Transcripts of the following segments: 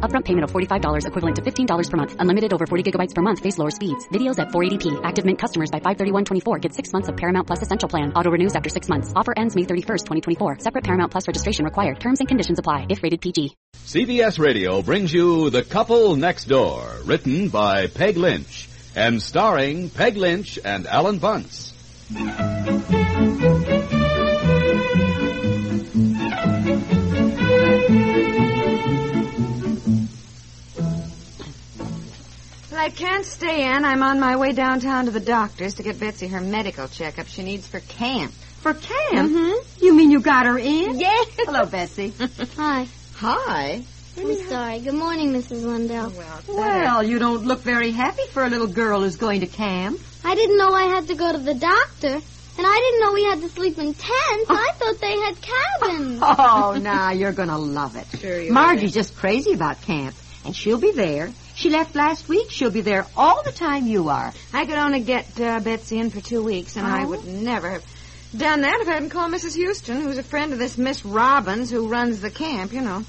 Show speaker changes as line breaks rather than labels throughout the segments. Upfront payment of $45 equivalent to $15 per month. Unlimited over 40 gigabytes per month. Face lower speeds. Videos at 480p. Active Mint customers by 531.24 get six months of Paramount Plus Essential Plan. Auto renews after six months. Offer ends May 31st, 2024. Separate Paramount Plus registration required. Terms and conditions apply if rated PG.
CBS Radio brings you The Couple Next Door, written by Peg Lynch and starring Peg Lynch and Alan Bunce.
Well, I can't stay in. I'm on my way downtown to the doctor's to get Betsy her medical checkup she needs for camp.
For camp?
Mm-hmm.
You mean you got her in?
Yes.
Hello, Betsy.
Hi.
Hi.
I'm sorry. Good morning, Mrs. Lindell.
Well,
Well, you don't look very happy for a little girl who's going to camp.
I didn't know I had to go to the doctor, and I didn't know we had to sleep in tents. I thought they had cabins.
Oh, now you're going to love it.
Sure you
Margie's just crazy about camp, and she'll be there. She left last week. She'll be there all the time you are.
I could only get uh, Betsy in for two weeks, and I
Oh?
would never have done that if I hadn't called Mrs. Houston, who's a friend of this Miss Robbins who runs the camp, you know.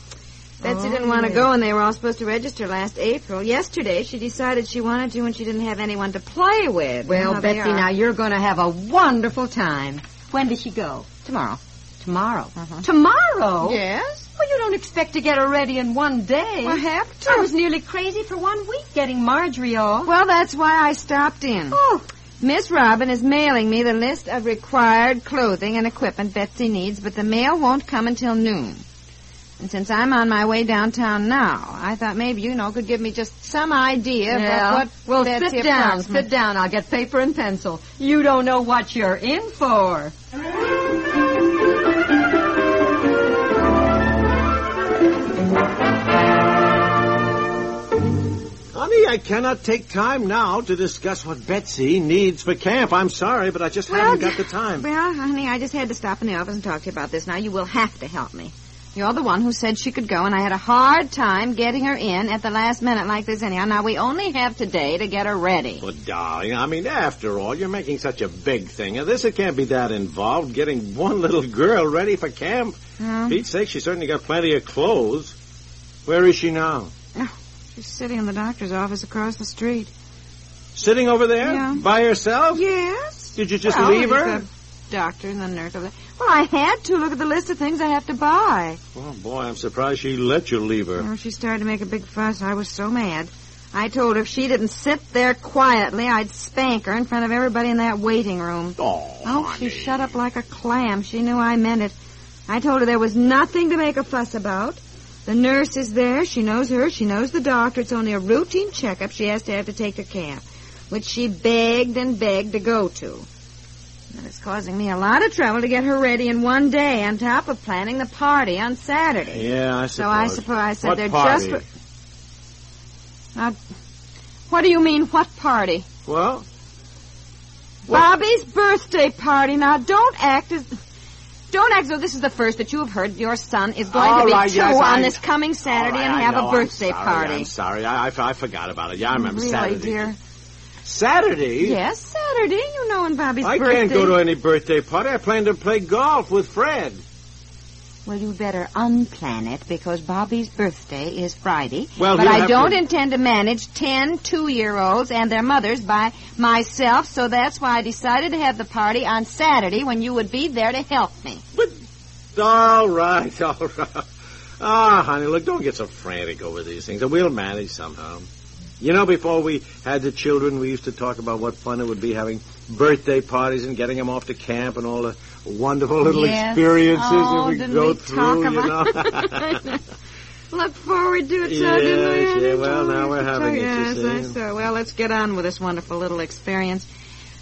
Betsy
Oh,
didn't want to
yeah.
go, and they were all supposed to register last April. Yesterday, she decided she wanted to, and she didn't have anyone to play with. You know
Well,
how they
Betsy,
are.
now you're going to have a wonderful time. When does she go? Tomorrow. Tomorrow. Tomorrow?
Yes?
Well, you don't expect to get her ready in one day.
I have to.
I was nearly crazy for one week getting Marjorie off.
Well, that's why I stopped in.
Oh,
Miss Robin is mailing me the list of required clothing and equipment Betsy needs, but the mail won't come until noon. And since I'm on my way downtown now, I thought maybe you know could give me just some idea
Well,
about what
well,
Betsy
sit down,
approximately-
sit down. I'll get paper and pencil. You don't know what you're in for.
Honey, I cannot take time now to discuss what Betsy needs for camp. I'm sorry, but I just haven't got the time.
Well, honey, I just had to stop in the office and talk to you about this. Now you will have to help me. You're the one who said she could go, and I had a hard time getting her in at the last minute like this. Anyhow, now we only have today to get her ready.
But, darling, I mean, after all, you're making such a big thing of this. It can't be that involved getting one little girl ready for camp.
Hmm.
For Pete's sake, she certainly got plenty of clothes. Where is she now?
She's sitting in the doctor's office across the street.
Sitting over there
Yeah.
by herself?
Yes.
Did you just
Well,
leave
there's
her?
the Doctor and the nurse. over there. Well, I had to look at the list of things I have to buy.
Oh, boy, I'm surprised she let you leave her.
Oh, she started to make a big fuss. I was so mad. I told her if she didn't sit there quietly, I'd spank her in front of everybody in that waiting room.
Oh,
Oh, she shut up like a clam. She knew I meant it. I told her there was nothing to make a fuss about. The nurse is there. She knows her. She knows the doctor. It's only a routine checkup she has to have to take to camp, which she begged and begged to go to. And it's causing me a lot of trouble to get her ready in one day, on top of planning the party on Saturday.
Yeah, I suppose.
So I suppose I said
What
they're
party?
just. Now, what do you mean, what party?
Well, What-
Bobby's birthday party. Now, don't act as. Don't act as though this is the first that you have heard. Your son is going
All
to be
right,
two
yes,
on
I-
this coming Saturday
All right,
and
I
have
know.
a birthday
I'm sorry,
party.
I'm sorry. I, I, I forgot about it. Yeah, I remember
really,
Saturday.
dear.
Saturday?
Yes, Saturday. You know, on Bobby's
I
birthday.
can't go to any birthday party. I plan to play golf with Fred.
Well, you better unplan it because Bobby's birthday is Friday.
Well,
but
he'll
I
have
don't
to-
intend to manage ten two-year-olds and their mothers by myself, so that's why I decided to have the party on Saturday when you would be there to help me.
All right, all right. Ah, honey, look, don't get so frantic over these things. We'll manage somehow. You know, before we had the children, we used to talk about what fun it would be having birthday parties and getting them off to camp and all the wonderful little
Yes.
experiences
Oh,
that we
didn't
go
we
through,
talk
you
about-
know.
Look forward to it, so
Yes,
didn't we?
yeah, well, now we're having it, you
Yes, I
see.
saw. Well, let's get on with this wonderful little experience.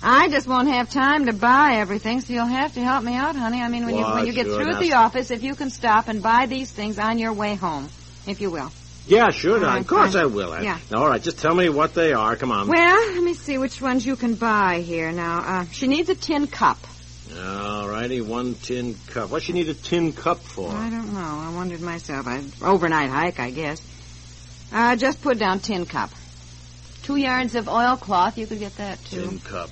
I just won't have time to buy everything, so you'll have to help me out, honey. I mean, when you
Why,
when you get
sure,
through at
now-
the office, if you can stop and buy these things on your way home, if you will.
yeah, sure, now,
right,
of course
fine.
I will. I-
Yeah.
All right, just tell me what they are. Come on.
Well, let me see which ones you can buy here now. Uh, she needs a tin cup.
All righty, one tin cup. What she need a tin cup for?
I don't know. I wondered myself. I overnight hike, I guess. Uh, just put down tin cup.
Two yards of oilcloth, you could get that too.
Tin cup.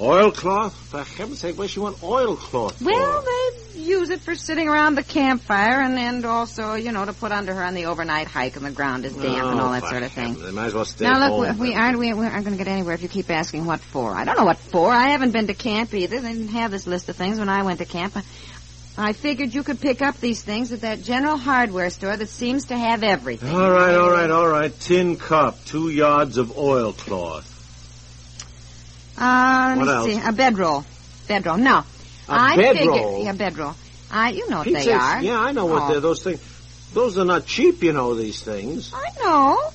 Oilcloth? For heaven's sake, what she want oilcloth for?
Well, they use it for sitting around the campfire and, and also, you know, to put under her on the overnight hike and the ground is damp and all that
Oh, for
sort of
heaven,
thing.
They might as well stay
Now
home.
look, we, we aren't we, we aren't going to get anywhere if you keep asking what for. I don't know what for. I haven't been to camp either. They didn't have this list of things when I went to camp. I- I figured you could pick up these things at that general hardware store that seems to have everything.
All right, all right, all right. Tin cup, two yards of oilcloth.
Uh, let
What
me
else?
see. A bedroll. Bedroll. Now,
A
I
bedroll?
figure. Yeah, bedroll. I, you know what
Pete
they
says-
are.
Yeah, I know what
Oh.
they're. Those things. Those are not cheap, you know, these things.
I know.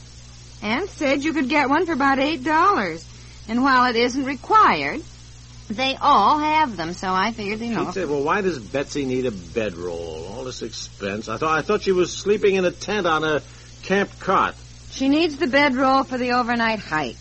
Ann said you could get one for about eight dollars. And while it isn't required, they all have them, so I figured, you know.
Pete said, well, why does Betsy need a bedroll? All this expense. I thought I thought she was sleeping in a tent on a camp cot.
She needs the bedroll for the overnight hike.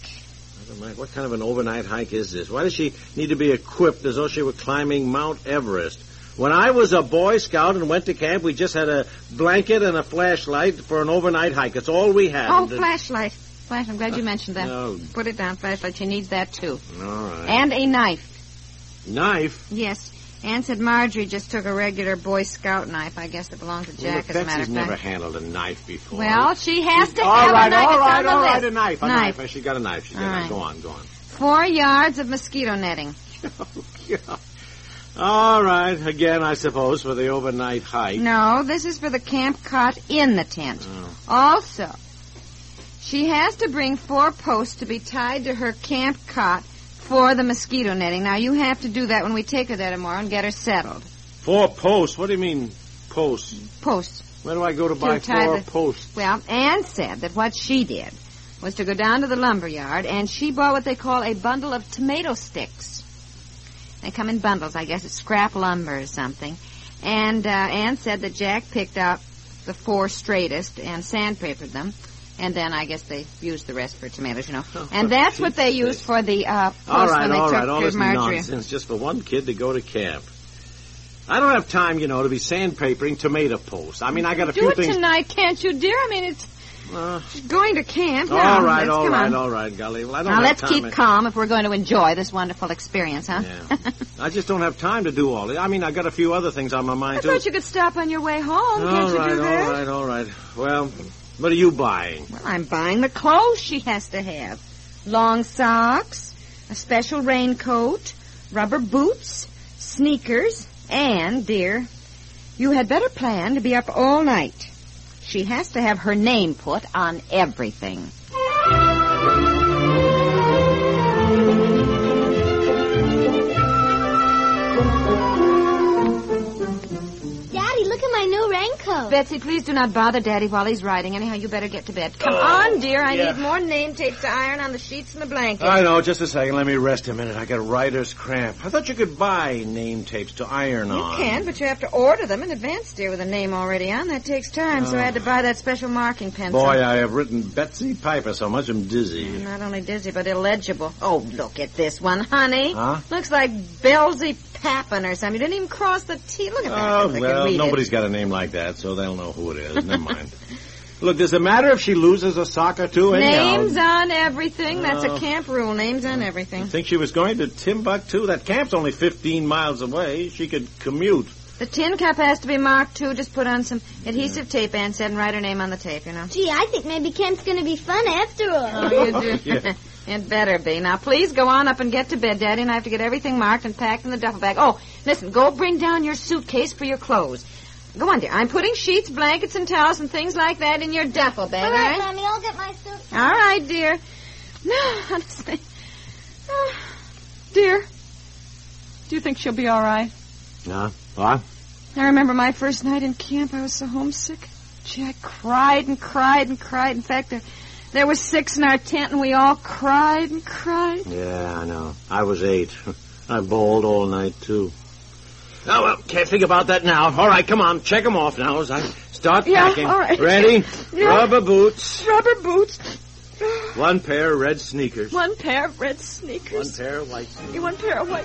Mike, what kind of an overnight hike is this? Why does she need to be equipped as though she were climbing Mount Everest? When I was a Boy Scout and went to camp, we just had a blanket and a flashlight for an overnight hike. It's all we had.
Oh,
And-
flashlight. Flash, I'm glad you mentioned that.
Oh.
Put it down, flashlight. She needs that too.
All right.
And a knife.
Knife?
Yes. Ann said Marjorie just took a regular Boy Scout knife. I guess it belonged to
Well,
Jack,
look,
as a matter
Betsy's
of
never
fact.
handled a knife before.
Well, she has to
all
have
right,
a knife.
all
It's
right,
on the
all right,
list.
a knife, a
Knife.
knife. She got a knife. She got
All
a
right.
knife. Go on, go on.
Four yards of mosquito netting.
All right, again, I suppose, for the overnight hike.
No, this is for the camp cot in the tent.
Oh.
Also, she has to bring four posts to be tied to her camp cot for the mosquito netting. Now, you have to do that when we take her there tomorrow and get her settled.
Four posts? What do you mean, posts?
Posts.
Where do I go to buy
tie
four
the-
posts?
Well, Anne said that what she did was to go down to the lumber yard and she bought what they call a bundle of tomato sticks. They come in bundles, I guess it's scrap lumber or something. And uh, Anne said that Jack picked out the four straightest and sandpapered them. And then I guess they used the rest for tomatoes, you know. And that's what they used for the uh, post
All right,
when they
all
took
right, all
to
this
Marjorie.
nonsense just for one kid to go to camp. I don't have time, you know, to be sandpapering tomato posts. I mean, I got a
Do
few
it
things.
tonight, can't you, dear? I mean, it's
Uh,
she's going to camp.
all
now.
right,
Let's-
all
come
right,
on.
all right, golly. Well, I don't
Now
have
let's
time.
keep calm if we're going to enjoy this wonderful experience, huh?
Yeah. I just don't have time to do all that. I mean, I got a few other things on my mind
I
too.
thought you could stop on your way home. Can't
All
you
right,
do
all
that?
right, all right. Well, what are you buying?
Well, I'm buying the clothes she has to have. Long socks, a special raincoat, rubber boots, sneakers, and, dear, you had better plan to be up all night. She has to have her name put on everything.
Daddy, look at my new raincoat.
Betsy, please do not bother Daddy while he's riding. Anyhow, you better get to bed. Come
Oh,
on, dear. I
yeah.
need more name tape to iron on the sheets and the blankets.
I know. Just a second. Let me rest a minute. I got writer's cramp. I thought you could buy name tapes to iron
You
on.
can, but you have to order them in advance, dear, with a name already on. That takes time, so I had to buy that special marking pencil.
Uh. Boy, I have written Betsy Piper so much I'm dizzy.
Not only dizzy, but illegible. Oh, look at this one, honey.
Huh?
Looks like Belzy Papin or something. You didn't even cross the T. Look at that.
Oh,
They can
well,
read it.
nobody's got a name like that, so they'll know who it is. Never mind. Look, does it matter if she loses a sock or two? anyhow?
Names on everything. That's
Oh.
a camp rule. Names on everything.
Think she was going to Timbuktu? That camp's only 15 miles away. She could commute.
The tin cup has to be marked, too. Just put on some adhesive tape, Ann said, and write her name on the tape, you know.
Gee, I think maybe camp's gonna be fun after all.
Oh, you do.
Yeah.
it better be. Now, please go on up and get to bed, Daddy, and I have to get everything marked and packed in the duffel bag. Oh, listen, go bring down your suitcase for your clothes. Go on, dear. I'm putting sheets, blankets, and towels and things like that in your duffel bag,
All
all
right,
right?
Mommy, I'll get my suit.
All right, dear. No, honestly. Oh, dear, do you think she'll be all right?
Huh? What?
I remember my first night in camp. I was so homesick. Gee, I cried and cried and cried. In fact, there, there were six in our tent, and we all cried and cried.
Yeah, I know. I was eight. I bawled all night, too. Oh, well, can't think about that now. All right, come on. Check them off now as I start
Yeah,
packing.
all right.
Ready?
Yeah.
Rubber boots.
Rubber boots,
One pair of red sneakers.
one pair of red
One
sneakers,
pair of white sneakers.
one pair of white.